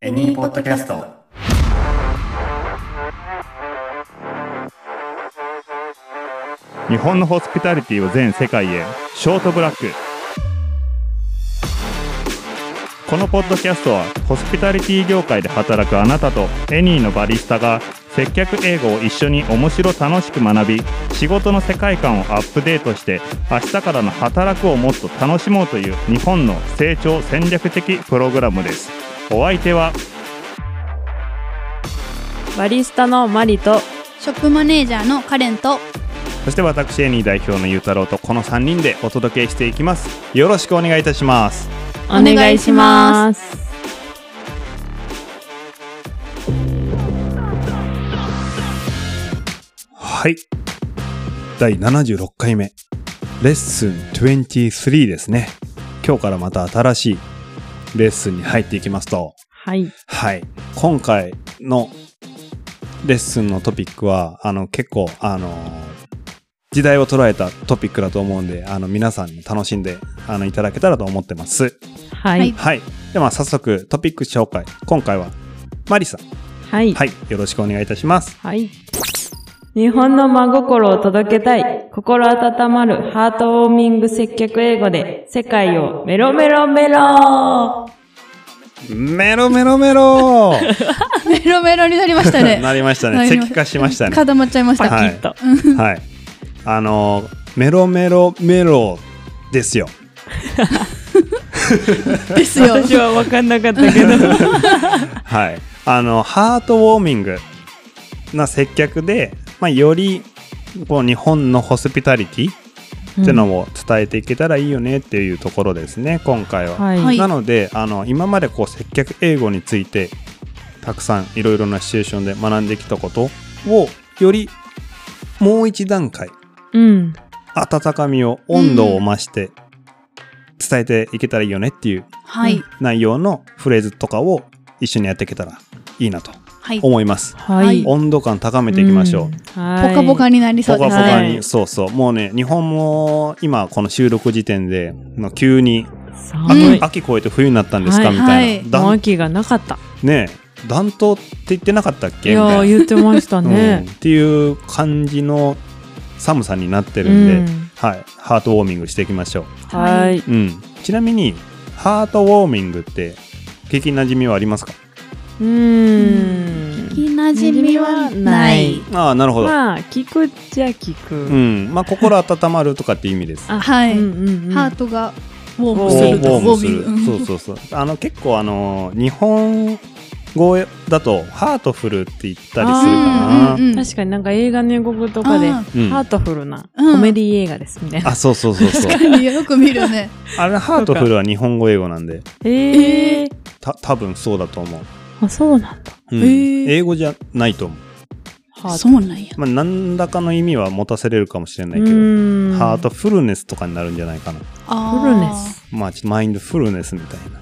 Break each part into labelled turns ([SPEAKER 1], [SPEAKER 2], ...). [SPEAKER 1] エニーポッドキャスト。
[SPEAKER 2] 日本のホスピタリティを全世界へショートブラックこのポッドキャストはホスピタリティ業界で働くあなたとエニーのバリスタが接客英語を一緒に面白楽しく学び仕事の世界観をアップデートして明日からの働くをもっと楽しもうという日本の成長戦略的プログラムですお相手は
[SPEAKER 3] バリスタのマリと
[SPEAKER 4] ショップマネージャーのカレンと
[SPEAKER 2] そして私エニー代表のゆうたろうとこの3人でお届けしていきますよろしくお願いいたします
[SPEAKER 3] お願いします。
[SPEAKER 2] はい
[SPEAKER 5] 第76回目レッスン23ですね今日からまた新しいレッスンに入っていきますと
[SPEAKER 3] はい。
[SPEAKER 5] はい今回のレッスンのトピックはあの結構あの時代を捉えたトピックだと思うんであの皆さんに楽しんであのいただけたらと思ってます
[SPEAKER 3] は
[SPEAKER 4] はいい。
[SPEAKER 5] はいでは早速トピック紹介今回はマリさん
[SPEAKER 3] はい。
[SPEAKER 5] はいよろしくお願いいたします
[SPEAKER 3] はい。日本の真心を届けたい。心温まるハートウォーミング接客英語で世界をメロメロメロ
[SPEAKER 5] メロメロメロ
[SPEAKER 4] メロメロになりましたね。
[SPEAKER 5] なりました
[SPEAKER 4] な
[SPEAKER 5] ね
[SPEAKER 4] りまし
[SPEAKER 5] 石
[SPEAKER 4] た
[SPEAKER 5] 化しましたね
[SPEAKER 4] 固まっちゃいました。
[SPEAKER 5] はい
[SPEAKER 3] きっと。
[SPEAKER 5] はい。あのーメロメロメロですよ。
[SPEAKER 4] ですよ。
[SPEAKER 3] 私は分かんなかったけど。
[SPEAKER 5] はい。あの、ハートウォーミングな接客で、まあ、より、こう、日本のホスピタリティってのを伝えていけたらいいよねっていうところですね、今回は。
[SPEAKER 3] はい。
[SPEAKER 4] はい
[SPEAKER 5] なので、あの、今までこう、接客英語について、たくさんいろいろなシチュエーションで学んできたことを、より、もう一段階、
[SPEAKER 3] うん。
[SPEAKER 5] 温かみを温度を増して伝えていけたらいいよねっていう
[SPEAKER 4] はい。
[SPEAKER 5] 内容のフレーズとかを一緒にやっていけたらいいなと
[SPEAKER 4] はい。ポ
[SPEAKER 5] 思います。
[SPEAKER 3] は
[SPEAKER 4] はい
[SPEAKER 3] い。
[SPEAKER 5] 温度感高めていきましょう。
[SPEAKER 3] うん。はい。
[SPEAKER 4] カポカになりそ
[SPEAKER 5] ポ
[SPEAKER 4] うで
[SPEAKER 5] カポ
[SPEAKER 4] す。
[SPEAKER 5] カに、
[SPEAKER 3] はい
[SPEAKER 5] そうそう。もうね、日本も今この収録時点で、まあ急に秋,、
[SPEAKER 3] 寒い。
[SPEAKER 5] 秋越えて冬になったんですか、
[SPEAKER 3] はい
[SPEAKER 5] みた
[SPEAKER 4] はいい
[SPEAKER 5] な。
[SPEAKER 3] もう
[SPEAKER 5] 暖
[SPEAKER 3] 秋がなかった。
[SPEAKER 5] ねえ暖冬って言ってなかったっ
[SPEAKER 3] い
[SPEAKER 5] けみ
[SPEAKER 3] や
[SPEAKER 5] た
[SPEAKER 3] ー、
[SPEAKER 5] いな、
[SPEAKER 3] 言ってました
[SPEAKER 5] うん
[SPEAKER 3] ね。
[SPEAKER 5] っていう感じの寒さになって
[SPEAKER 3] う
[SPEAKER 5] るんで、
[SPEAKER 3] ん。
[SPEAKER 5] はい。ハートウォーミングしていきましょう。
[SPEAKER 3] はい。
[SPEAKER 5] うん、ちなみにハートウォーミングって聞きなじみはありますか
[SPEAKER 3] うーん。
[SPEAKER 4] 聞きなじみはない。
[SPEAKER 5] ああなるほど、
[SPEAKER 3] まあ、聞くっちゃ聞く。
[SPEAKER 5] うんまあ、心温まるとかって意味 です
[SPEAKER 3] あ
[SPEAKER 4] はい
[SPEAKER 3] うんうんうん
[SPEAKER 4] ハートがウォ
[SPEAKER 5] ウ
[SPEAKER 4] ーム
[SPEAKER 3] ト
[SPEAKER 5] ォ
[SPEAKER 4] す
[SPEAKER 5] ー
[SPEAKER 4] ると。
[SPEAKER 5] ムする
[SPEAKER 4] ウォーミング
[SPEAKER 5] そうそうそうあの結構あの日本語だとハートフルって言ったりするかな
[SPEAKER 4] うんうんうん。
[SPEAKER 3] 確かになんか映画の予告とかで、
[SPEAKER 4] あ
[SPEAKER 3] ハ
[SPEAKER 5] うん
[SPEAKER 3] ートフルな
[SPEAKER 4] うん
[SPEAKER 3] コメディ映画ですみたいな。
[SPEAKER 5] あそうそうそうそう
[SPEAKER 4] 確かによく見るね。
[SPEAKER 5] あれハートフルは日本語英語なんで
[SPEAKER 3] ええ
[SPEAKER 5] た多分そうだと思う、
[SPEAKER 3] あ、そうなんだ。
[SPEAKER 5] うん
[SPEAKER 4] へー
[SPEAKER 5] 英語じゃないと思う、
[SPEAKER 3] ハ
[SPEAKER 4] そうなんや。
[SPEAKER 5] まあ、何らかの意味は持たせれるかもしれないけど
[SPEAKER 3] ー
[SPEAKER 5] ハートフルネスとかになるんじゃないかな
[SPEAKER 4] あー
[SPEAKER 3] フルネ。ス。
[SPEAKER 5] まあちょっとマインドフルネスみたいな。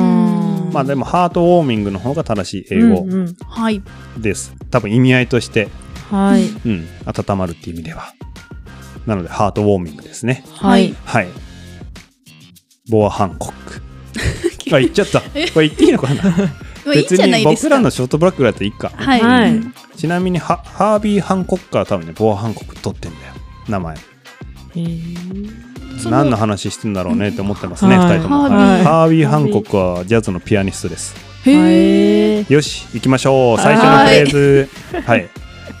[SPEAKER 4] ん
[SPEAKER 5] まあでもハートウォーミングの方が正しい英語
[SPEAKER 3] うんうん
[SPEAKER 4] はい。
[SPEAKER 5] です。多分意味合いとして、
[SPEAKER 3] はい。
[SPEAKER 5] うん、温まるっていう意味では。なのでハートウォーミングですね。
[SPEAKER 3] は
[SPEAKER 4] はいい。
[SPEAKER 5] はい。ボア・ハンコッ ク。あ、言っちゃった。これ言っていいのかな
[SPEAKER 4] まあいいん
[SPEAKER 5] 別
[SPEAKER 4] じゃない
[SPEAKER 5] に
[SPEAKER 4] です
[SPEAKER 5] 僕ら
[SPEAKER 4] か
[SPEAKER 5] の。ショートブラックだっていいか。
[SPEAKER 4] はい。
[SPEAKER 3] は
[SPEAKER 4] はいい。
[SPEAKER 5] ちなみにハハービー・ハンコックから多分ね、ボア・ハンコック取ってんだよ。名前。
[SPEAKER 3] えー
[SPEAKER 4] その
[SPEAKER 5] 何の話してんだろうねって思ってますね、
[SPEAKER 3] うん
[SPEAKER 5] 二人とも。
[SPEAKER 4] ハービー
[SPEAKER 3] はい
[SPEAKER 5] ハービー・ハンコックはジャズのピアニストです。
[SPEAKER 4] へえ。
[SPEAKER 5] よし行きましょう最初のフレーズはい、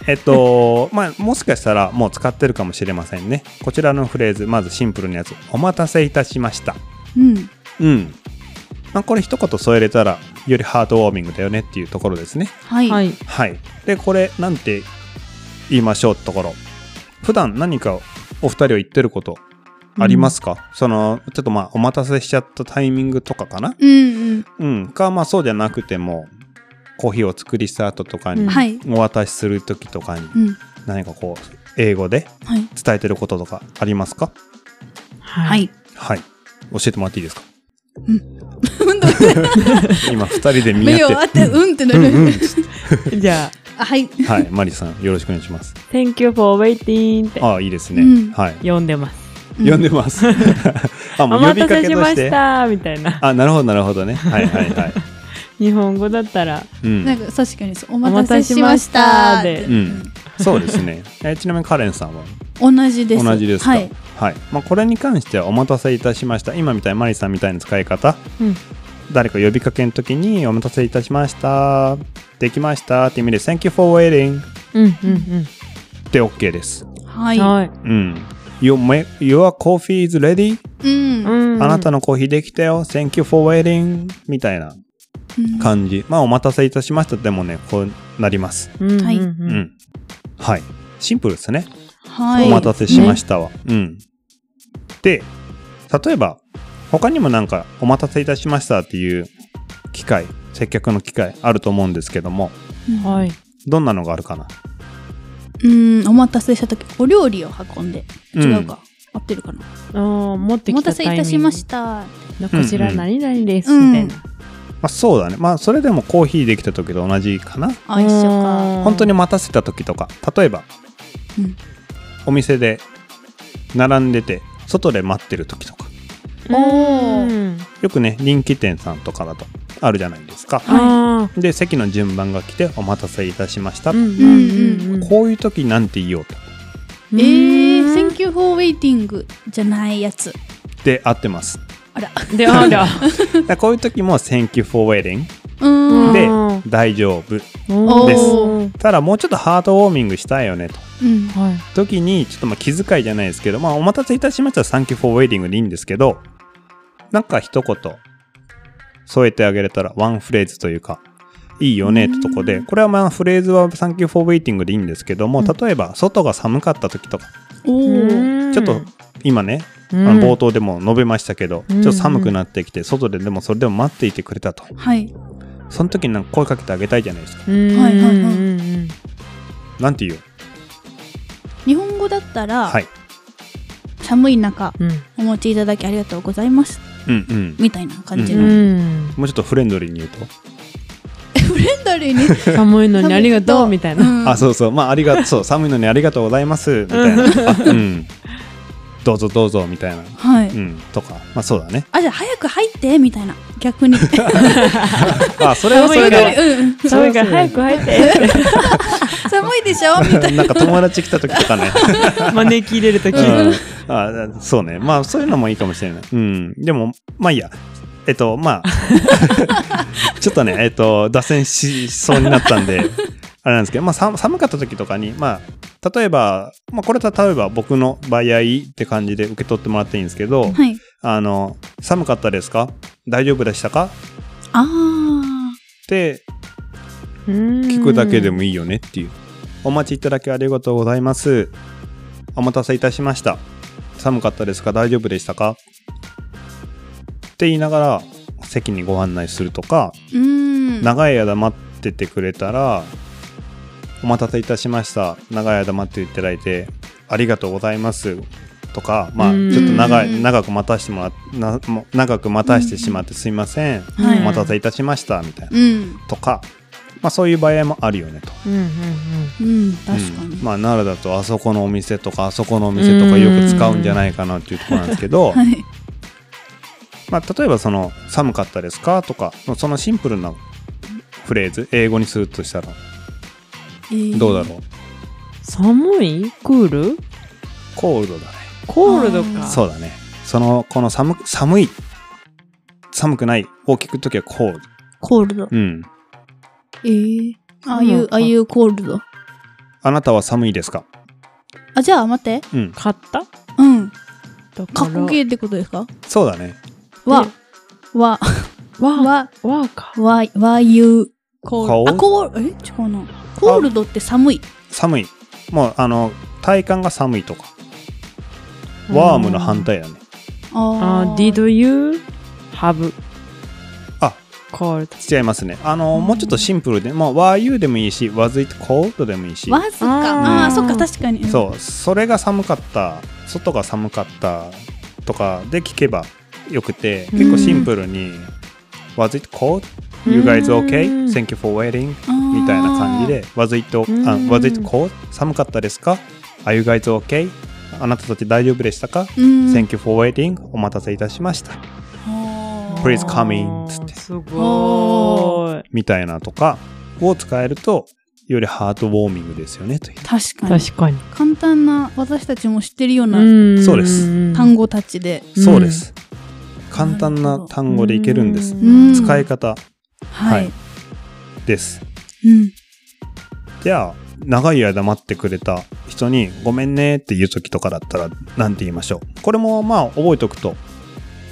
[SPEAKER 5] えっとまあもしかしたらもう使ってるかもしれませんねこちらのフレーズまずシンプルなやつお待たせいたしました
[SPEAKER 4] うん。
[SPEAKER 5] うんまあこれ一言添えれたらよりハートウォーミングだよねっていうところですね
[SPEAKER 4] はい。
[SPEAKER 3] はい。
[SPEAKER 5] はいでこれなんて言いましょうってところ普段何かお二人は言ってることありますか、そのちょっとまあお待たせしちゃったタイミングとかかな
[SPEAKER 4] うん
[SPEAKER 5] うんかまあそうじゃなくてもコーヒーを作りした後とかに、
[SPEAKER 3] う
[SPEAKER 4] うんん。はい。
[SPEAKER 5] お渡しする時とかに
[SPEAKER 4] うん。
[SPEAKER 5] 何かこう英語で
[SPEAKER 4] はい。
[SPEAKER 5] 伝えてることとかありますか
[SPEAKER 3] は。
[SPEAKER 4] はいい。
[SPEAKER 5] はい教えてもらっていいですか
[SPEAKER 4] うん と
[SPEAKER 5] 今二人で見
[SPEAKER 4] 目
[SPEAKER 5] 合
[SPEAKER 4] を
[SPEAKER 5] っ
[SPEAKER 4] 当て、うんってな
[SPEAKER 5] てうんう
[SPEAKER 4] る。
[SPEAKER 5] んつって
[SPEAKER 3] じゃあ、
[SPEAKER 4] あはい。
[SPEAKER 5] はいマリさんよろしくお願いします
[SPEAKER 3] Thank you for waiting って
[SPEAKER 5] ああいいですね、
[SPEAKER 4] うん
[SPEAKER 5] はい
[SPEAKER 3] 読んでます。
[SPEAKER 4] うん
[SPEAKER 5] 呼んでます あ
[SPEAKER 3] お
[SPEAKER 5] もう呼
[SPEAKER 3] 待
[SPEAKER 5] び
[SPEAKER 3] た
[SPEAKER 5] か
[SPEAKER 3] せ
[SPEAKER 5] け
[SPEAKER 3] し
[SPEAKER 5] と
[SPEAKER 3] ま
[SPEAKER 5] し
[SPEAKER 3] してたみたいな。
[SPEAKER 5] あなるほどなるほどねはいはいはい
[SPEAKER 3] 日本語だったら
[SPEAKER 5] うん
[SPEAKER 4] なんか確かにそうお待たせしました
[SPEAKER 3] お待たせしましたで
[SPEAKER 4] って
[SPEAKER 5] うん、そうですねえちなみにカレンさんは
[SPEAKER 4] 同じです
[SPEAKER 5] 同じですか
[SPEAKER 4] は
[SPEAKER 5] はいい、まあ、これに関してはお待たせいたしました今みたいにマリさんみたいな使い方、
[SPEAKER 3] うん
[SPEAKER 5] 誰か呼びかけの時にお待たせいたしましたできましたって意味で Thank you for waiting
[SPEAKER 3] うんうん
[SPEAKER 5] って OK です
[SPEAKER 4] は
[SPEAKER 3] う
[SPEAKER 4] い、
[SPEAKER 3] んはい、
[SPEAKER 5] うん。Your, ma- your coffee is ready?、
[SPEAKER 4] うん、
[SPEAKER 3] うん、
[SPEAKER 5] あなた
[SPEAKER 3] の
[SPEAKER 5] のコーヒーできたよ。Thank you for waiting. みたいな
[SPEAKER 4] うん
[SPEAKER 5] 感じ。まあ、お待たせいたしました。でもね、こうなります。
[SPEAKER 3] は
[SPEAKER 4] はいい
[SPEAKER 5] うん。はい。シンプルですね。
[SPEAKER 4] はい
[SPEAKER 5] お待たせしましたわ。うん。で、例えば、他にもなんか、お待たせいたしましたっていう機会、接客の機会あると思うんですけども、
[SPEAKER 4] うん
[SPEAKER 3] はい
[SPEAKER 5] どんなのがあるかな
[SPEAKER 4] うんお待たせした時お料理を運んで
[SPEAKER 5] ん
[SPEAKER 4] 違うか、合ってるかな
[SPEAKER 3] あー持ってき
[SPEAKER 4] お待
[SPEAKER 3] た
[SPEAKER 4] たせ
[SPEAKER 3] タイミング
[SPEAKER 4] いたしました
[SPEAKER 3] のこちら何々です
[SPEAKER 4] うんうん
[SPEAKER 3] みたい
[SPEAKER 5] ま
[SPEAKER 3] な、
[SPEAKER 5] あ、そうだね。まあ、それでもコーヒーできた時と同じかな。
[SPEAKER 4] あ一緒か
[SPEAKER 5] 本当に待たせた時とか例えば、
[SPEAKER 4] うん
[SPEAKER 5] お店で並んでて外で待ってる時とか
[SPEAKER 3] おー
[SPEAKER 5] よくね人気店さんとかだとあるじゃないですか
[SPEAKER 3] あ
[SPEAKER 5] で席の順番が来てお待たせいたしました、
[SPEAKER 3] ーうんうんうんうん
[SPEAKER 5] こういう時なんて言おうと
[SPEAKER 4] えー「Thank you for waiting」じゃないやつ
[SPEAKER 5] で合ってます
[SPEAKER 4] あら
[SPEAKER 3] うんであら
[SPEAKER 5] だからこういう時も「Thank you for waiting
[SPEAKER 4] うーん
[SPEAKER 5] で
[SPEAKER 3] うん」
[SPEAKER 5] 大丈夫
[SPEAKER 3] おー
[SPEAKER 4] で
[SPEAKER 5] ただもうちょっとハートウォーミングしたいよねと
[SPEAKER 4] うん
[SPEAKER 3] はい
[SPEAKER 5] 時にちょっとまあ気遣いじゃないですけど、まあ、お待たせいたしました「サンキュー・フォー・ウェイディング」でいいんですけどなんか一言添えてあげれたらワンフレーズというかいいよねってとこでこれはまあフレーズは「サンキュー・フォー・ウェイディング」でいいんですけども
[SPEAKER 3] うん
[SPEAKER 5] 例えば外が寒かった時とか
[SPEAKER 4] おー
[SPEAKER 5] ちょっと今ねあ
[SPEAKER 3] うん
[SPEAKER 5] の冒頭でも述べましたけどち
[SPEAKER 3] うん
[SPEAKER 5] ょっと寒くなってきて外ででもそれでも待っていてくれたと
[SPEAKER 4] はい
[SPEAKER 5] その時になんか声かけてあげたいじゃないですか
[SPEAKER 3] うん
[SPEAKER 4] はいはいはい
[SPEAKER 3] うんうん
[SPEAKER 5] なんて言う
[SPEAKER 4] 日本語だったら、
[SPEAKER 5] はい
[SPEAKER 4] 寒い中
[SPEAKER 3] うん
[SPEAKER 4] お持ちいただきありがとうございます
[SPEAKER 5] うんうん
[SPEAKER 4] みたいな感じ
[SPEAKER 3] う
[SPEAKER 4] の、
[SPEAKER 3] ん
[SPEAKER 5] もうちょっとフレンドリーに言うと
[SPEAKER 4] フレンドリーに
[SPEAKER 3] 寒いのにありがとうみたいな、
[SPEAKER 4] うん
[SPEAKER 5] あ、そうそう。まあ、ありがとう。そう、寒いのにありがとうございます。みたいな。あうん。どうぞどうぞ、みたいな。
[SPEAKER 4] はい、
[SPEAKER 5] うん。とか。まあ、そうだね。
[SPEAKER 4] あじゃあ早く入ってみたいな 逆に
[SPEAKER 5] あ、それはそれ
[SPEAKER 3] 寒い
[SPEAKER 5] で。
[SPEAKER 4] うん
[SPEAKER 3] 寒いから早く入って
[SPEAKER 4] 寒いでしょみ たいな
[SPEAKER 5] なんか友達来た時とかね。
[SPEAKER 3] 招き入れるとき、
[SPEAKER 5] うん。あそうね。まあ、そういうのもいいかもしれない。うん。でも、まあいいや。えっと、まあ。 ちょっとね、えっと、脱線しそうになったんで、あれなんですけど、まあ、寒寒かった時とかに、まあ、例えば、まあ、これ例えば僕の場合って感じで受け取ってもらっていいんですけど、
[SPEAKER 4] はい
[SPEAKER 5] あの、寒かったですか大丈夫でしたかっ
[SPEAKER 4] あ
[SPEAKER 5] て
[SPEAKER 3] 聞
[SPEAKER 5] 聞くだけでもいいよねっていう。お待ちいただきありがとうございます。お待たせいたしました。寒かったですか大丈夫でしたかって言いながら席にご案内するとか、
[SPEAKER 4] ーうーん
[SPEAKER 5] 長い間待っててくれたら、お待たせいたしました。長い間待っていただいて、ありがとうございます。とか、まあ、
[SPEAKER 3] うん
[SPEAKER 5] ちょっと長
[SPEAKER 4] う
[SPEAKER 5] い、
[SPEAKER 4] ん
[SPEAKER 5] 長く待たしてもらっな、も長く待たしてしまってすいません。
[SPEAKER 4] はい
[SPEAKER 5] お待たせいたしました。みたいな。
[SPEAKER 4] うん
[SPEAKER 5] とか、まあ、そういう場合もあるよねと。
[SPEAKER 3] うんうん
[SPEAKER 4] うん確か
[SPEAKER 5] う
[SPEAKER 4] に、
[SPEAKER 5] んまあ、奈良だとあそこのお店とかあそこのお店とかよく使うんじゃないかなっていうところなんですけど、
[SPEAKER 4] はい
[SPEAKER 5] まあ、例えばその「寒かったですか?」とかそのシンプルなフレーズ英語にするとしたら
[SPEAKER 4] えー
[SPEAKER 5] どうだろう
[SPEAKER 3] 寒いクール
[SPEAKER 5] コールドだね
[SPEAKER 3] コールドか
[SPEAKER 5] そうだねそのこの寒く寒い寒くないを聞くときはコールド
[SPEAKER 4] コールド
[SPEAKER 5] うん
[SPEAKER 4] えー、ああいう、
[SPEAKER 3] うん
[SPEAKER 4] ああいうコールド
[SPEAKER 5] あなたは寒いですか
[SPEAKER 4] あじゃあ待って
[SPEAKER 5] うん
[SPEAKER 3] 買っただ
[SPEAKER 4] うん
[SPEAKER 3] から
[SPEAKER 4] 過去形ってことですか
[SPEAKER 5] そうだね
[SPEAKER 4] わわ
[SPEAKER 3] わわ
[SPEAKER 4] わ
[SPEAKER 3] わか
[SPEAKER 4] わわゆ
[SPEAKER 3] コ
[SPEAKER 5] 顔
[SPEAKER 4] あコールえ違うなコールドって寒い
[SPEAKER 5] 寒いもうあの体感が寒いとかワームの反対だね
[SPEAKER 4] あ
[SPEAKER 3] あ
[SPEAKER 4] ー
[SPEAKER 3] Did you have
[SPEAKER 5] あ
[SPEAKER 3] cold
[SPEAKER 5] 違いますね。あの、
[SPEAKER 4] うん
[SPEAKER 5] もうちょっとシンプルで、まあ、Were you でもいいし、Was it cold でもいいし、
[SPEAKER 4] わずか
[SPEAKER 3] あー
[SPEAKER 4] あーそっか確かに
[SPEAKER 5] そう、それが寒かった、外が寒かったとかで聞けばよくて、結構シンプルに、Was it cold?You guys
[SPEAKER 3] うん
[SPEAKER 5] okay?Thank you for waiting?
[SPEAKER 4] うん
[SPEAKER 5] みたいな感じで、Was it, あ
[SPEAKER 3] ん
[SPEAKER 5] was it cold? 寒かったですか ?Are you guys okay? あなたたち大丈夫でしたか、
[SPEAKER 4] うん
[SPEAKER 5] ?Thank you for waiting. お待たせいたしました。
[SPEAKER 4] あー
[SPEAKER 5] Please come in. つって
[SPEAKER 3] すごごい。
[SPEAKER 5] みたいなとかを使えるとよりハートウォーミングですよねという
[SPEAKER 4] 確かに
[SPEAKER 3] 確かに。
[SPEAKER 4] 簡単な私たちも知ってるような
[SPEAKER 3] うん
[SPEAKER 5] そうです
[SPEAKER 4] 単語たちで、
[SPEAKER 3] うん
[SPEAKER 5] そうです。簡単な単語でいけるんです。
[SPEAKER 4] うん
[SPEAKER 5] 使い方
[SPEAKER 4] は
[SPEAKER 5] はい
[SPEAKER 4] い、
[SPEAKER 5] です。
[SPEAKER 4] うん、
[SPEAKER 5] じゃあ、長い間待ってくれた人にごめんねって言う時とかだったら何て言いましょう。これもまあ覚えとくと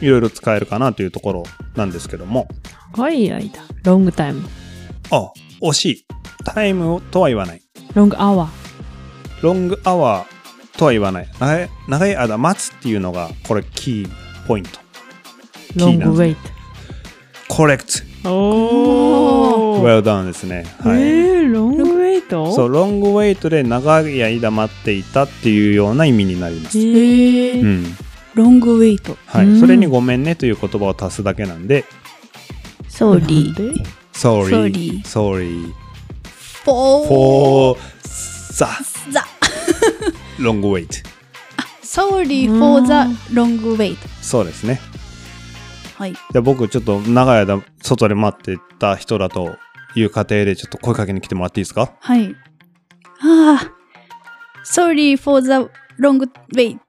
[SPEAKER 5] いろいろ使えるかなというところなんですけども。
[SPEAKER 3] 長い間。ロングタイム。
[SPEAKER 5] あ、惜しい。タイムとは言わない。
[SPEAKER 3] ロングアワー。
[SPEAKER 5] ロングアワーとは言わない。長い長い間待つっていうのがこれキーポイント。
[SPEAKER 3] ロン
[SPEAKER 5] キーな
[SPEAKER 3] グ
[SPEAKER 5] ん
[SPEAKER 3] ウ
[SPEAKER 5] で
[SPEAKER 3] ェイ
[SPEAKER 5] コレクト。
[SPEAKER 3] ト。おー。
[SPEAKER 5] well done ですね。はい。
[SPEAKER 3] えー、ロングウェイト
[SPEAKER 5] そう、ロングウェイトで長い間待っていたっていうような意味になりま
[SPEAKER 3] え
[SPEAKER 5] す。
[SPEAKER 3] ー
[SPEAKER 5] うん。
[SPEAKER 4] ロングウェイト
[SPEAKER 5] は
[SPEAKER 3] う
[SPEAKER 5] い。
[SPEAKER 3] ん
[SPEAKER 5] それにごめんねという言葉を足すだけなんで、
[SPEAKER 4] ソーリー
[SPEAKER 5] sorry, sorry
[SPEAKER 4] フォー
[SPEAKER 5] for the
[SPEAKER 4] ザ
[SPEAKER 5] long wait。
[SPEAKER 4] ソーリーフォーザロングウェイト
[SPEAKER 5] そうですね。
[SPEAKER 4] はい
[SPEAKER 5] で僕ちょっと長い間外で待ってた人だという過程でちょっと声かけに来てもらっていいですか
[SPEAKER 4] はいああソーリーフォーザロングウェイト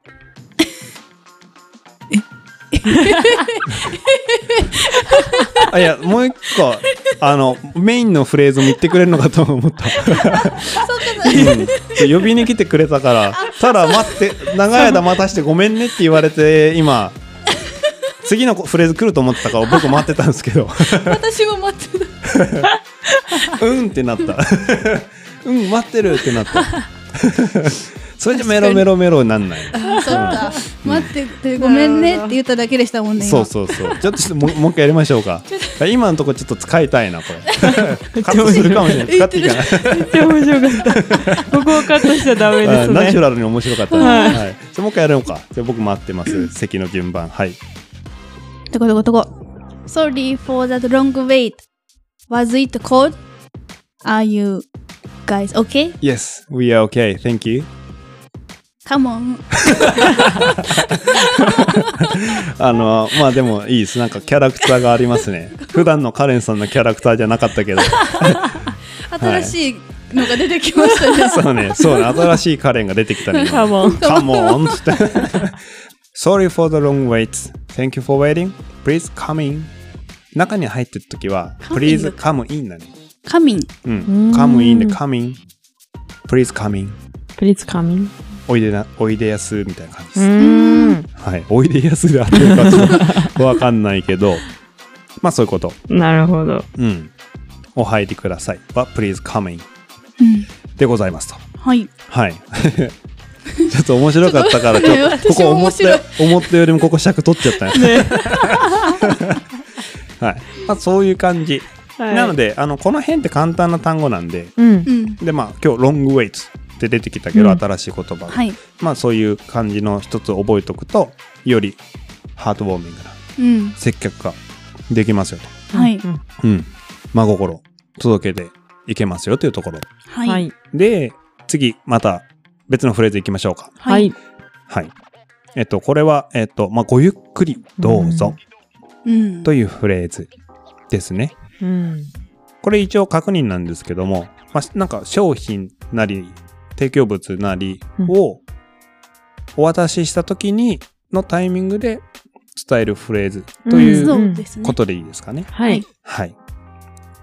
[SPEAKER 5] あ、いや、もう一個、あの、メインのフレーズも言ってくれるのかと思った。うん、呼びに来てくれたからただ待って長い間待たしてごめんねって言われて今次のフレーズ来ると思ってたから僕待ってたんですけ ど
[SPEAKER 4] 私も待ってた
[SPEAKER 5] うんってなった うん待ってるってなった それじゃメロメロメロになんない
[SPEAKER 4] あそっか 待っててごめんねって言っただけでしたもんね今
[SPEAKER 5] そうそうそうちょっとちょっともうもう一回やりましょうか今のところちょっと使いたいなこ れカットするかもしれない使っていいかな
[SPEAKER 3] めっちゃ面白かった。 ここをカットしちゃダメで
[SPEAKER 5] あ
[SPEAKER 3] す
[SPEAKER 5] ナチュ
[SPEAKER 3] ね。
[SPEAKER 5] ラルに面白かったね、
[SPEAKER 3] は
[SPEAKER 5] はいじゃあもう一回やろうかじゃあ僕待ってます席の順番はい
[SPEAKER 4] とことことこ。Sorry for that long wait. Was it cold? Are you guys okay?
[SPEAKER 5] Yes, we are okay. Thank you.
[SPEAKER 4] Come on.
[SPEAKER 5] あの、まあでもいいです。なんかキャラクターがあります ね。普段のカレンさんのキャラクターじゃなかったけど。
[SPEAKER 4] 新しいのが出てきました ね。
[SPEAKER 5] そうね、そうね、新しいカレンが出てきたね。
[SPEAKER 3] カモン。
[SPEAKER 5] Come on! つって Sorry for the long wait. Thank you for waiting. Please come in. 中に入ってるときは、
[SPEAKER 4] Come in
[SPEAKER 5] Please come in だね。
[SPEAKER 4] Coming.
[SPEAKER 5] うん
[SPEAKER 3] ん。
[SPEAKER 5] Come in で come in. Please come in.
[SPEAKER 3] プリーツカミン。
[SPEAKER 5] おいでな、おいでやすみたいな感じです。
[SPEAKER 3] うん。
[SPEAKER 5] はい。おいでやすで合ってるかちょっとわかんないけど、 まあそういうこと。
[SPEAKER 3] なるほど。
[SPEAKER 5] うん。お入りください。は、please come in でございますと。
[SPEAKER 4] はい。
[SPEAKER 5] はい。 ちょっと面白かったから、ちょっと、
[SPEAKER 4] ちょ
[SPEAKER 5] こ
[SPEAKER 4] っと
[SPEAKER 5] こ
[SPEAKER 4] ね私も
[SPEAKER 5] 思
[SPEAKER 4] 面
[SPEAKER 5] った
[SPEAKER 4] 白い、
[SPEAKER 5] 思ったよりもここ尺取っちゃったね。 はい。まあそういう感じ。
[SPEAKER 3] はい
[SPEAKER 5] なので、あの、この辺って簡単な単語なんで、
[SPEAKER 3] うん
[SPEAKER 4] う。ん。
[SPEAKER 5] で、まあ今日、ロングウェイツって出てきたけど、
[SPEAKER 3] うん
[SPEAKER 5] 新しい言葉が。
[SPEAKER 4] はい。
[SPEAKER 5] まあそういう感じの一つ覚えておくと、よりハートウォーミングな
[SPEAKER 4] うん。
[SPEAKER 5] 接客ができますよ
[SPEAKER 4] はい。
[SPEAKER 5] と。うん。真心届けていけますよというところ。
[SPEAKER 4] は。
[SPEAKER 3] はいい。
[SPEAKER 5] で、次、また別のフレーズいきましょうか。
[SPEAKER 3] は
[SPEAKER 4] はいい。
[SPEAKER 5] はい。えっと、これは、えっと、まあ、ごゆっくりどうぞ
[SPEAKER 4] うん。
[SPEAKER 5] というフレーズですね。
[SPEAKER 3] うん。
[SPEAKER 5] これ一応確認なんですけども、まあ、なんか商品なり、提供物なりをお渡しした時に、のタイミングで伝えるフレーズとい
[SPEAKER 3] ん
[SPEAKER 5] う
[SPEAKER 4] そうですね
[SPEAKER 5] こ。とでいいですかね。
[SPEAKER 3] はい。
[SPEAKER 5] はい。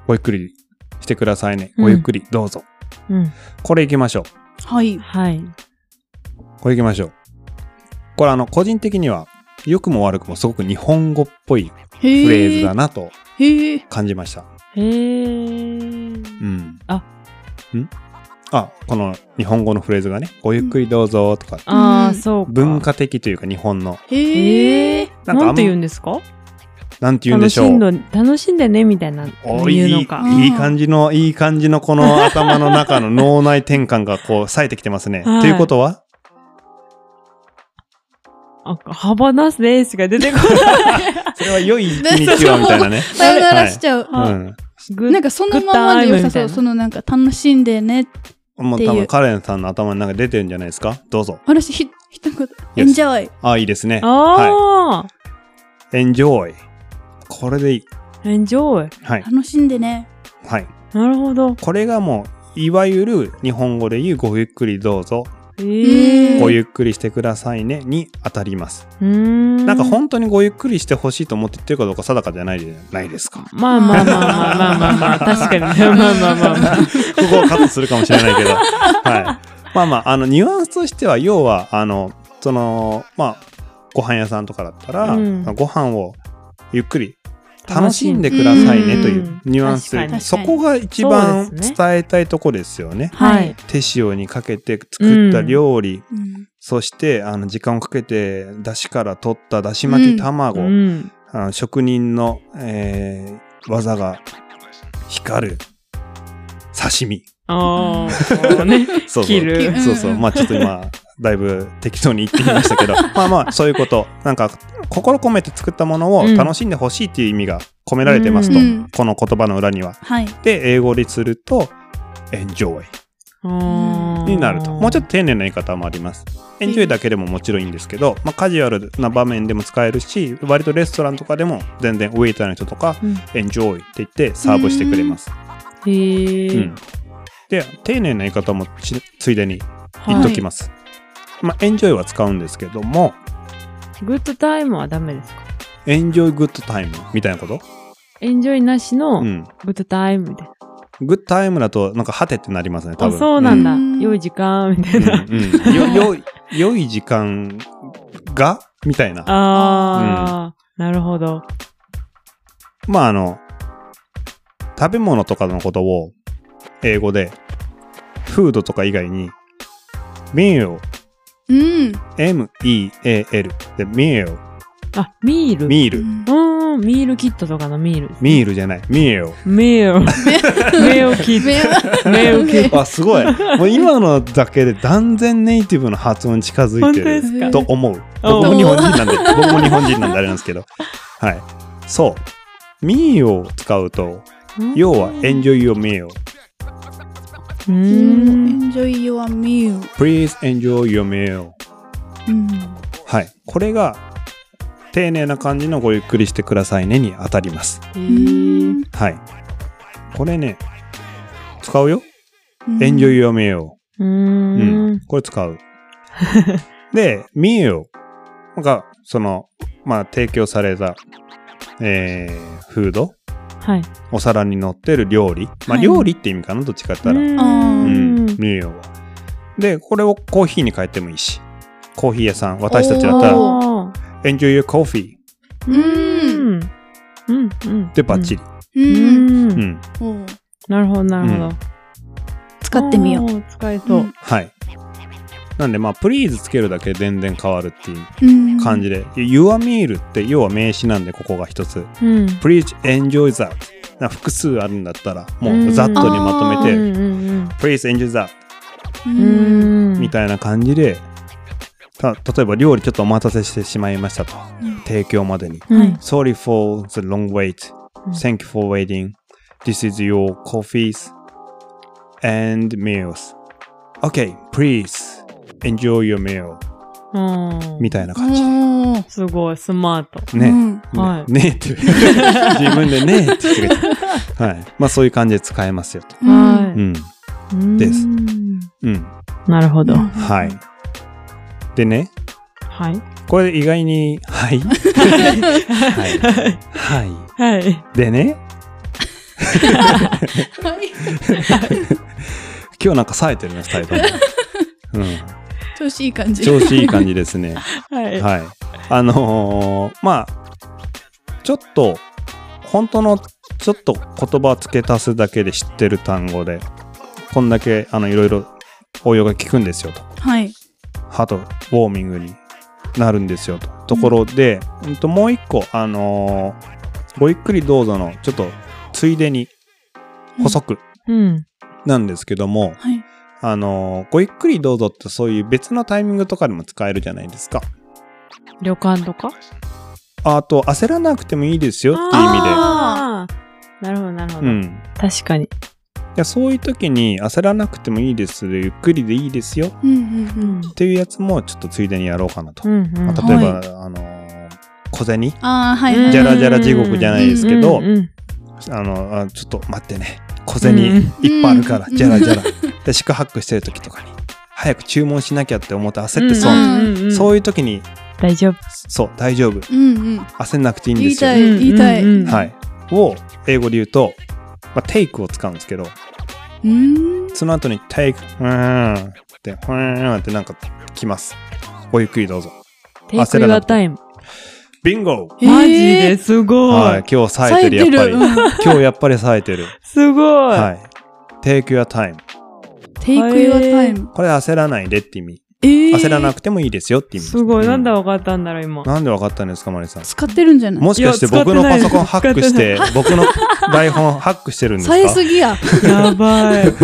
[SPEAKER 5] ごゆっくりしてくださいね。
[SPEAKER 3] うん
[SPEAKER 5] ごゆっくりどうぞ。
[SPEAKER 3] うん。
[SPEAKER 5] これ行きましょう。
[SPEAKER 4] はい。
[SPEAKER 3] はい。
[SPEAKER 5] これ行きましょう。これあの、個人的には、良くも悪くもすごく日本語っぽい
[SPEAKER 4] フ
[SPEAKER 5] フレーズだ。なと
[SPEAKER 4] へえ。
[SPEAKER 5] 感じました。
[SPEAKER 3] へー。
[SPEAKER 5] うん。
[SPEAKER 3] あ
[SPEAKER 5] んあ、この日本語のフレーズがね、ごゆっくりどうぞとか、
[SPEAKER 3] ああ、
[SPEAKER 4] うん
[SPEAKER 3] そうか。
[SPEAKER 5] 文。化的というか日本の、
[SPEAKER 4] へ
[SPEAKER 3] へ
[SPEAKER 4] え
[SPEAKER 3] え。。
[SPEAKER 5] なんかあん
[SPEAKER 3] なんて言うんですか
[SPEAKER 5] なんて言うん
[SPEAKER 3] 楽
[SPEAKER 5] でし
[SPEAKER 3] し
[SPEAKER 5] ょ
[SPEAKER 3] ん
[SPEAKER 5] う。
[SPEAKER 3] で、楽しんでねみたいな、
[SPEAKER 5] おい
[SPEAKER 3] 言う
[SPEAKER 5] い
[SPEAKER 3] の
[SPEAKER 5] い
[SPEAKER 3] か。
[SPEAKER 4] うん
[SPEAKER 5] い感じの、いい感じのこの頭の中 の脳内転換がこう、冴えてきてますね。
[SPEAKER 3] はい
[SPEAKER 5] ということは
[SPEAKER 3] あ、幅なすですが出てこない。
[SPEAKER 5] それは良い一日はみたいなね。
[SPEAKER 4] さよならしちゃう。
[SPEAKER 5] う
[SPEAKER 3] はい
[SPEAKER 5] ん。
[SPEAKER 3] グ
[SPEAKER 4] なんかそのまんまで良さそう。
[SPEAKER 3] グッ
[SPEAKER 4] そ
[SPEAKER 3] タイムみ
[SPEAKER 4] のなんか楽しんでね。
[SPEAKER 5] もう
[SPEAKER 4] っていう
[SPEAKER 5] 多分カレンさんの頭の中に出てるんじゃないですかどうぞ。
[SPEAKER 4] 私ひ、一言。
[SPEAKER 5] Yes
[SPEAKER 4] enjoy.
[SPEAKER 5] ああ、いいですね。
[SPEAKER 3] たいなああ、
[SPEAKER 5] い。Enjoy。これでいい。
[SPEAKER 3] enjoy。
[SPEAKER 5] はい。
[SPEAKER 4] 楽しんでね。
[SPEAKER 5] はい。
[SPEAKER 3] なるほど。
[SPEAKER 5] これがもう、いわゆる日本語で言うごゆっくりどうぞ、
[SPEAKER 3] えー。
[SPEAKER 5] ごゆっくりしてくださいねに当たります。
[SPEAKER 3] うーん。
[SPEAKER 5] なんか本当にごゆっくりしてほしいと思って言ってるかどうか定かじゃないじゃないです か。こ
[SPEAKER 3] まあまあまあまあまあまあまあ、確かに。まあまあまあまあ。
[SPEAKER 5] こはカットするかもしれない けど。はい。まあまあ、あの、ニュアンスとしては、要は、あの、その、まあ、ご飯屋さんとかだったら、
[SPEAKER 3] うん
[SPEAKER 5] ご飯をゆっくり楽しんでくださいねというニュアンス
[SPEAKER 3] うん確か。に
[SPEAKER 5] そこが一
[SPEAKER 3] そ
[SPEAKER 5] 番
[SPEAKER 3] うですね
[SPEAKER 5] 伝えたいとこですよね。
[SPEAKER 3] はい。
[SPEAKER 5] 手塩にかけて作った料理、
[SPEAKER 4] うん
[SPEAKER 5] そして、あの、時間をかけて、出汁から取った出汁巻き卵、
[SPEAKER 3] うん。
[SPEAKER 5] あの職人の、えー技が光る刺身。
[SPEAKER 3] ああ、そうね。
[SPEAKER 5] そうそう
[SPEAKER 3] 切る。
[SPEAKER 5] そうそう。まあちょっと今、だいぶ適当に言ってみましたけ ど、まあまあそういうこと。なんか、心込めて作ったものを
[SPEAKER 3] うん
[SPEAKER 5] 楽しんでほしいっていう意味が込められてますと、
[SPEAKER 4] うん
[SPEAKER 5] この言葉の裏には。
[SPEAKER 4] はい。
[SPEAKER 5] で、英語ですると、enjoy になると。もうちょっと丁寧な言い方もあります。enjoy だけでももちろんいいんですけど、まあカジュアルな場面でも使えるし、割とレストランとかでも全然ウェイターの人とか、
[SPEAKER 3] うん
[SPEAKER 5] enjoy って言ってサーブしてくれます。
[SPEAKER 3] と。へえ。
[SPEAKER 5] うんで、丁寧な言い方もちついでに
[SPEAKER 3] はい
[SPEAKER 5] 言っときます。まあ、enjoy は使うんですけども、
[SPEAKER 3] グッドタイムはダメですか
[SPEAKER 5] enjoy good time みたいなこと
[SPEAKER 3] エンジョイなしの
[SPEAKER 5] う
[SPEAKER 3] グ
[SPEAKER 5] ん。
[SPEAKER 3] ッドタイムみたいな。
[SPEAKER 5] good time だと、なんか、はてってなりますね、多
[SPEAKER 3] あ、
[SPEAKER 5] 分。
[SPEAKER 3] そうなんだ
[SPEAKER 4] う。ん
[SPEAKER 3] 良い時間、みた
[SPEAKER 5] う
[SPEAKER 3] い
[SPEAKER 5] ん。
[SPEAKER 3] な。
[SPEAKER 5] うん。よ、よい、良い時間がみたいな。
[SPEAKER 3] ああ、なるほど。
[SPEAKER 5] まあ、あの、食べ物とかのことを、英語で、フードとか以外に、meal,
[SPEAKER 4] うん。
[SPEAKER 5] m-e-a-l で、meal,
[SPEAKER 3] あ、ミール。
[SPEAKER 5] ミール。
[SPEAKER 4] うん
[SPEAKER 3] うーん、ミールキットとかのミール。
[SPEAKER 5] ミールじゃない、ミール。
[SPEAKER 3] メール。メールキット。メールキット。
[SPEAKER 5] あ、すごい。もう今のだけで断然ネイティブの発音に近づいて
[SPEAKER 3] 本当です
[SPEAKER 5] る
[SPEAKER 3] か
[SPEAKER 5] と思う。僕も日本人なんで、僕も日本人なんであれなんですけど。はい。そう。ミーを使うと、要は enjoy your meal.
[SPEAKER 3] う
[SPEAKER 4] うん
[SPEAKER 3] ーん。
[SPEAKER 4] Enjoy your meal.
[SPEAKER 5] Please enjoy your meal.
[SPEAKER 4] うん
[SPEAKER 5] はい。これが、丁寧な感じのごゆっくりしてくださいねに当たります。
[SPEAKER 3] えー
[SPEAKER 5] はい。これね、使うよ。
[SPEAKER 4] うん
[SPEAKER 5] enjoy your meal. う
[SPEAKER 3] うー
[SPEAKER 5] ん
[SPEAKER 3] ん。
[SPEAKER 5] これ 使う。で、meal が、その、まあ、提供された、えー、フード、
[SPEAKER 3] はい。
[SPEAKER 5] お皿に乗ってる料理。まあ、
[SPEAKER 4] はい
[SPEAKER 5] 料理って意味かな、どっちかって言ったら。
[SPEAKER 4] あ
[SPEAKER 5] う、
[SPEAKER 4] ーうん
[SPEAKER 3] う
[SPEAKER 5] meal は。で、これをコーヒーに変えてもいいし。コーヒー屋さん、私たちだったら、
[SPEAKER 4] お
[SPEAKER 5] enjoy your coffee
[SPEAKER 4] う。
[SPEAKER 3] うんん。うん。うん。
[SPEAKER 5] でバッチリ。
[SPEAKER 4] う。
[SPEAKER 3] うんん。う
[SPEAKER 5] うん
[SPEAKER 3] ん。
[SPEAKER 4] おう
[SPEAKER 3] なるほど、なるほ
[SPEAKER 5] うん
[SPEAKER 3] ど。
[SPEAKER 4] 使ってみよ
[SPEAKER 3] お
[SPEAKER 4] う。
[SPEAKER 3] ー。使えそう。
[SPEAKER 5] はい。なんで、まあ、please つけるだけで全然変わるっていう
[SPEAKER 4] うん。
[SPEAKER 5] 感じで、your meal って要は名詞なんで、ここが一つ。
[SPEAKER 3] うん。
[SPEAKER 5] Please enjoy that な複数あるんだったらもううんざっとにまと
[SPEAKER 3] う
[SPEAKER 5] めて、
[SPEAKER 3] んうん
[SPEAKER 5] Please enjoy that
[SPEAKER 4] う。
[SPEAKER 3] うんん。うん。
[SPEAKER 5] みたいな感じでた例えば料理ちょっとお待たせしてしまいましたと
[SPEAKER 4] うん
[SPEAKER 5] 提供までに
[SPEAKER 3] うん
[SPEAKER 5] Sorry for the long wait
[SPEAKER 3] うん
[SPEAKER 5] Thank you for waiting This is your coffees and meals Okay please enjoy your meal
[SPEAKER 3] うん。
[SPEAKER 5] みたいな感じ
[SPEAKER 4] おー
[SPEAKER 3] すごい、スマート。
[SPEAKER 4] う
[SPEAKER 5] ね
[SPEAKER 4] ん
[SPEAKER 5] ね
[SPEAKER 3] は
[SPEAKER 5] ねって 自分でねって言ってくれたはいまあそういう感じで使えますよと
[SPEAKER 4] うん
[SPEAKER 5] うん
[SPEAKER 3] い。
[SPEAKER 5] です
[SPEAKER 3] うん
[SPEAKER 5] うん
[SPEAKER 3] なるほど。
[SPEAKER 5] はい。でね、
[SPEAKER 3] はい。
[SPEAKER 5] これ意外に、はい。はい。は
[SPEAKER 3] はい。
[SPEAKER 5] い。でね、今日なんか冴えてるね、二人とも。 うん。
[SPEAKER 4] 調子いい感じ。
[SPEAKER 5] 調子いい感じですね。
[SPEAKER 3] はい。
[SPEAKER 5] はい。あのーまあ、ちょっと、本当のちょっと言葉付け足すだけで知ってる単語で、こんだけ、あの、いろいろ応用が効くんですよと。
[SPEAKER 4] はい。
[SPEAKER 5] ハートウォーミングになるんですよとところで、うん、ともう一個あのーごゆっくりどうぞのちょっとついでに補足
[SPEAKER 3] うん。
[SPEAKER 5] なんですけども、
[SPEAKER 4] はい。
[SPEAKER 5] あのーごゆっくりどうぞってそういう別のタイミングとかでも使えるじゃないですか
[SPEAKER 3] 旅館とか
[SPEAKER 5] あと焦らなくてもいいですよっていう意味で
[SPEAKER 3] あーなるほど、なるほ
[SPEAKER 5] う
[SPEAKER 3] ど。
[SPEAKER 5] ん
[SPEAKER 3] 確かに。
[SPEAKER 5] いやそういう時に焦らなくてもいいですゆっくりでいいですよっ
[SPEAKER 4] うんうんうん。
[SPEAKER 5] ていうやつもちょっとついでにやろうかなと、
[SPEAKER 3] うん。うん
[SPEAKER 5] まあ、例えば、
[SPEAKER 4] は
[SPEAKER 5] あのー小銭
[SPEAKER 4] ああ、はい
[SPEAKER 3] うん
[SPEAKER 4] はい。
[SPEAKER 5] じゃらじゃら地獄じゃないですけど
[SPEAKER 3] うんうんうん
[SPEAKER 5] あのあちょっと待ってね小銭いっぱいあるから、
[SPEAKER 4] うん
[SPEAKER 5] じゃらじゃらで宿泊してる時とかに早く注文しなきゃって思って焦ってそう、
[SPEAKER 4] うん
[SPEAKER 3] ん
[SPEAKER 5] そういう時に
[SPEAKER 3] 大丈夫。
[SPEAKER 5] そう大丈夫
[SPEAKER 4] うんうん。
[SPEAKER 5] 焦んなくていいん
[SPEAKER 4] 言
[SPEAKER 5] で
[SPEAKER 4] い
[SPEAKER 5] すよ
[SPEAKER 4] たい、言いたい。
[SPEAKER 3] う
[SPEAKER 4] うん
[SPEAKER 3] うんうん
[SPEAKER 5] はいを英語で言うと、まあ、テイクを使うんですけど
[SPEAKER 4] ーん。
[SPEAKER 5] その後に「take」うーんって「うーん」ってなんか来ますごゆっくりどうぞ
[SPEAKER 3] テイク
[SPEAKER 5] 焦ら
[SPEAKER 3] ユ
[SPEAKER 5] な
[SPEAKER 3] ア
[SPEAKER 5] くて
[SPEAKER 3] タイム。
[SPEAKER 5] ビンゴ
[SPEAKER 4] えー
[SPEAKER 3] マジですごい。
[SPEAKER 5] はい今日冴えてるやっぱり今日やっぱり冴えて る
[SPEAKER 3] すごい。
[SPEAKER 5] はい「take your time」
[SPEAKER 4] テイク your time。
[SPEAKER 5] これ焦らないでって意味
[SPEAKER 4] えー、
[SPEAKER 5] 焦らなくてもいいですよって意味
[SPEAKER 3] すごい。なんで
[SPEAKER 5] う
[SPEAKER 3] わかったんだろ う、今。
[SPEAKER 5] なんでわかったんですかマリさん
[SPEAKER 4] 使ってるんじゃない
[SPEAKER 5] もしかして
[SPEAKER 3] いや
[SPEAKER 5] 僕のパソコン
[SPEAKER 3] 使
[SPEAKER 5] ハ
[SPEAKER 3] ってな
[SPEAKER 5] ッ
[SPEAKER 3] い
[SPEAKER 5] クして 僕の台本ハックしてるんですか
[SPEAKER 4] さえすぎや。
[SPEAKER 3] やばい。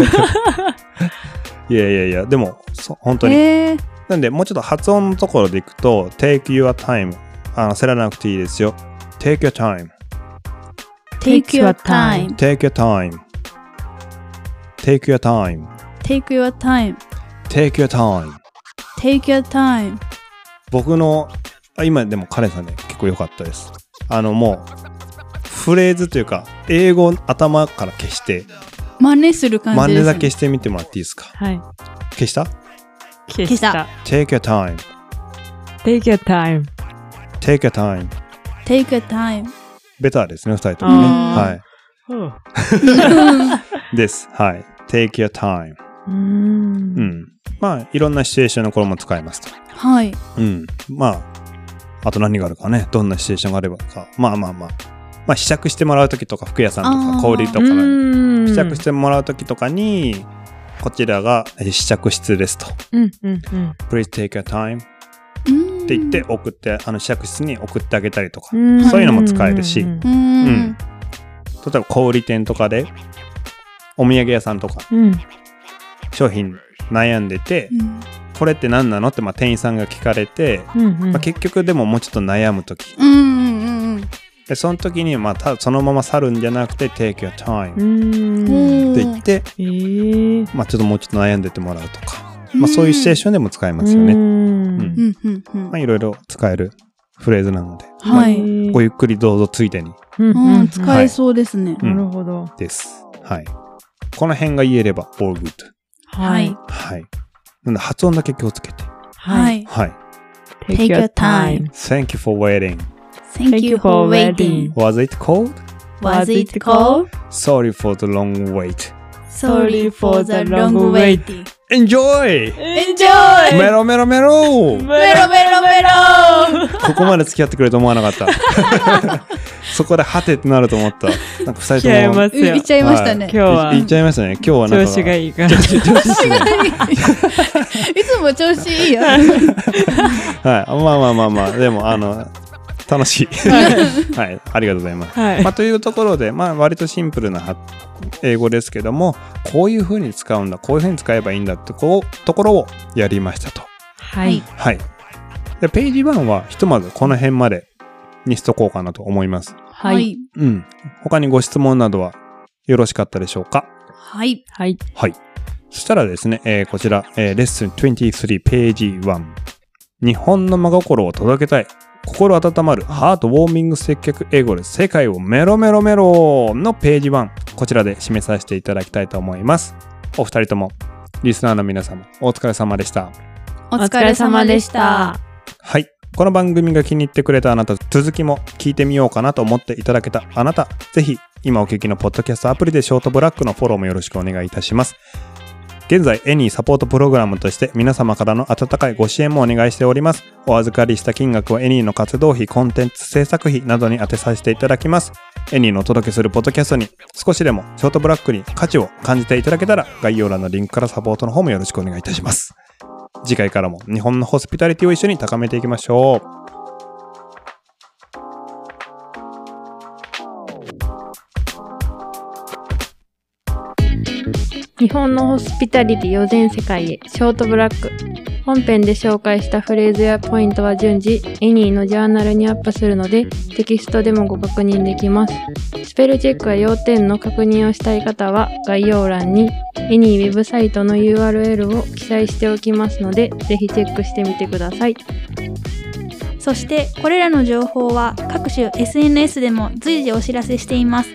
[SPEAKER 5] いやいやいやでもそう本当に
[SPEAKER 4] えー、
[SPEAKER 5] なんで、もうちょっと発音のところでいくと、take your time。あの、焦らなくていいですよ。take your time。
[SPEAKER 4] take your time。
[SPEAKER 5] take your time。take your time。
[SPEAKER 4] take your time。
[SPEAKER 5] take your time。
[SPEAKER 4] take your time。
[SPEAKER 5] 僕の、あ今でもカレンさんね、結構良かったです。あの、もう、フレーズというか、英語を頭から消して、
[SPEAKER 4] 真似する感
[SPEAKER 5] 真
[SPEAKER 4] じです、
[SPEAKER 5] 似
[SPEAKER 4] ね。
[SPEAKER 5] だけしてみてもらっていいですか
[SPEAKER 3] はい。
[SPEAKER 5] 消した
[SPEAKER 3] 消
[SPEAKER 4] し
[SPEAKER 3] したた。
[SPEAKER 5] ?take your time.take
[SPEAKER 3] Take your time.
[SPEAKER 5] your time.
[SPEAKER 4] take your time。
[SPEAKER 5] ベターですね、二人ともね。
[SPEAKER 4] うん
[SPEAKER 5] は
[SPEAKER 3] うん。う
[SPEAKER 5] い。です。はい。take your time.
[SPEAKER 3] ーん。
[SPEAKER 5] うん。まあ、いろんなシチュエーションのこれも使えますと。
[SPEAKER 4] はい。
[SPEAKER 5] うん。まあ、あと何があるかね。どんなシチュエーションがあればか。まあまあまあ。まあ、試着してもらうときとか、服屋さんと
[SPEAKER 4] あー
[SPEAKER 5] か、小売りとか
[SPEAKER 3] う
[SPEAKER 5] の、
[SPEAKER 3] ーん
[SPEAKER 5] 試着してもらうときとかに、こちらがえー試着室ですと。
[SPEAKER 3] うんうんうん。
[SPEAKER 5] Please take your time っ
[SPEAKER 4] うーん。
[SPEAKER 5] て言って、送って、あの試着室に送ってあげたりとか。
[SPEAKER 3] う
[SPEAKER 5] 例
[SPEAKER 3] ん
[SPEAKER 5] そういうのも使えるし
[SPEAKER 3] うん
[SPEAKER 4] うー
[SPEAKER 5] うんん。えば小売店とかで、お土産屋さんとか、
[SPEAKER 3] うん。
[SPEAKER 5] 商品悩んでて
[SPEAKER 4] う、ん。
[SPEAKER 5] これって何なのって、まあ、店員さんが聞かれて、
[SPEAKER 3] うんうん
[SPEAKER 5] まあ、結局でももうちょっと悩むとき、
[SPEAKER 4] うんうんうん
[SPEAKER 5] でその時に、まあ、たそのまま去るんじゃなくて「Take your time」
[SPEAKER 3] う
[SPEAKER 5] って
[SPEAKER 4] う
[SPEAKER 3] ーん。
[SPEAKER 4] ん。
[SPEAKER 5] 言って、
[SPEAKER 3] えー。
[SPEAKER 5] まあ、ちょっともうちょっと悩んでてもらうとか、まあ、そういうシチュエーションでも使えますよ
[SPEAKER 3] うー
[SPEAKER 5] ね。
[SPEAKER 3] ん
[SPEAKER 5] うん
[SPEAKER 4] うんうんうん
[SPEAKER 5] まあ、いろいろ使えるフレーズなので、
[SPEAKER 4] は
[SPEAKER 3] え
[SPEAKER 4] い。
[SPEAKER 3] ー
[SPEAKER 5] ごゆっくりどうぞついでに
[SPEAKER 3] うんうん
[SPEAKER 4] う、
[SPEAKER 3] うんん
[SPEAKER 4] 使えそうですね。
[SPEAKER 5] うん
[SPEAKER 3] なるほど。
[SPEAKER 5] です。はい。この辺が言えれば all good。
[SPEAKER 4] はい。
[SPEAKER 5] はい。なんで発音だけ気をつけて。
[SPEAKER 4] は
[SPEAKER 3] はい。
[SPEAKER 4] い。
[SPEAKER 5] はい。
[SPEAKER 3] Take your time.
[SPEAKER 5] Thank you for waiting.
[SPEAKER 4] Thank you for waiting.
[SPEAKER 5] Was it cold?
[SPEAKER 4] Was it cold?
[SPEAKER 5] Sorry for the long wait.
[SPEAKER 4] Sorry for the long waiting.
[SPEAKER 5] Enjoy!
[SPEAKER 4] Enjoy!
[SPEAKER 5] メロメロメロ
[SPEAKER 4] メロメロメロ
[SPEAKER 5] ここまで付き合ってくれると思わなかった。 そこでハテってなると思った。なんか二
[SPEAKER 3] 来ち
[SPEAKER 5] 人
[SPEAKER 3] ゃ
[SPEAKER 5] と
[SPEAKER 3] い
[SPEAKER 5] も。
[SPEAKER 3] ます
[SPEAKER 4] 言
[SPEAKER 3] よ
[SPEAKER 4] っ。ちゃいましたね。
[SPEAKER 3] 今日はい
[SPEAKER 5] 言っちゃいましたね。今日はなん
[SPEAKER 3] 調
[SPEAKER 5] か。
[SPEAKER 3] 子がいいから。
[SPEAKER 4] いつも調子いい よ。
[SPEAKER 5] はい。まあまあまあまあ。でも、あの、楽しい。はい。ありがとうございます。
[SPEAKER 3] はい
[SPEAKER 5] まあ、というところで、まあ、割とシンプルなは英語ですけども、こういうふうに使うんだ、こういうふうに使えばいいんだってこうところをやりましたと。
[SPEAKER 3] はい。
[SPEAKER 5] はい。で、ページ1は、ひとまずこの辺までにしとこうかなと思います。
[SPEAKER 3] は。い。
[SPEAKER 5] うん。他にご質問などはよろしかったでしょうか
[SPEAKER 4] はい。
[SPEAKER 3] はい。
[SPEAKER 5] はい。そしたらですね、えーこちら、えーレッスン23ページ1。日本の真心を届けたい。心温まるハートウォーミング接客英語で世界をメロメロメロのページ1。こちらで締めさせていただきたいと思います。お二人とも、リスナーの皆様、お疲れ様でした。
[SPEAKER 4] お疲れ様でした。。
[SPEAKER 5] はい。この番組が気に入ってくれたあなた、続きも聞いてみようかなと思っていただけたあなた、ぜひ今お聞きのポッドキャストアプリでショートブラックのフォローもよろしくお願いいたします。現在、エニーサポートプログラムとして皆様からの温かいご支援もお願いしております。お預かりした金額をエニーの活動費、コンテンツ制作費などに当てさせていただきます。エニーのお届けするポッドキャストに少しでもショートブラックに価値を感じていただけたら概要欄のリンクからサポートの方もよろしくお願いいたします。次回からも日本のホスピタリティを一緒に高めていきましょう。
[SPEAKER 1] 日本のホスピタリティを全世界へショートブラック本編で紹介したフレーズやポイントは順次エニーのジャーナルにアップするのでテキストでもご確認できますスペルチェックや要点の確認をしたい方は概要欄にエニーウェブサイトの URL を記載しておきますのでぜひチェックしてみてください
[SPEAKER 4] そしてこれらの情報は各種 SNS でも随時お知らせしています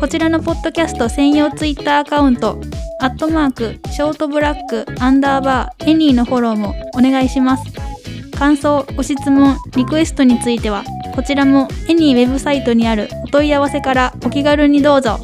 [SPEAKER 4] こちらのポッドキャスト専用ツイッターアカウントアットマークショートブラックアンダーバーエニーのフォローもお願いします感想ご質問リクエストについてはこちらもエニーウェブサイトにあるお問い合わせからお気軽にどうぞ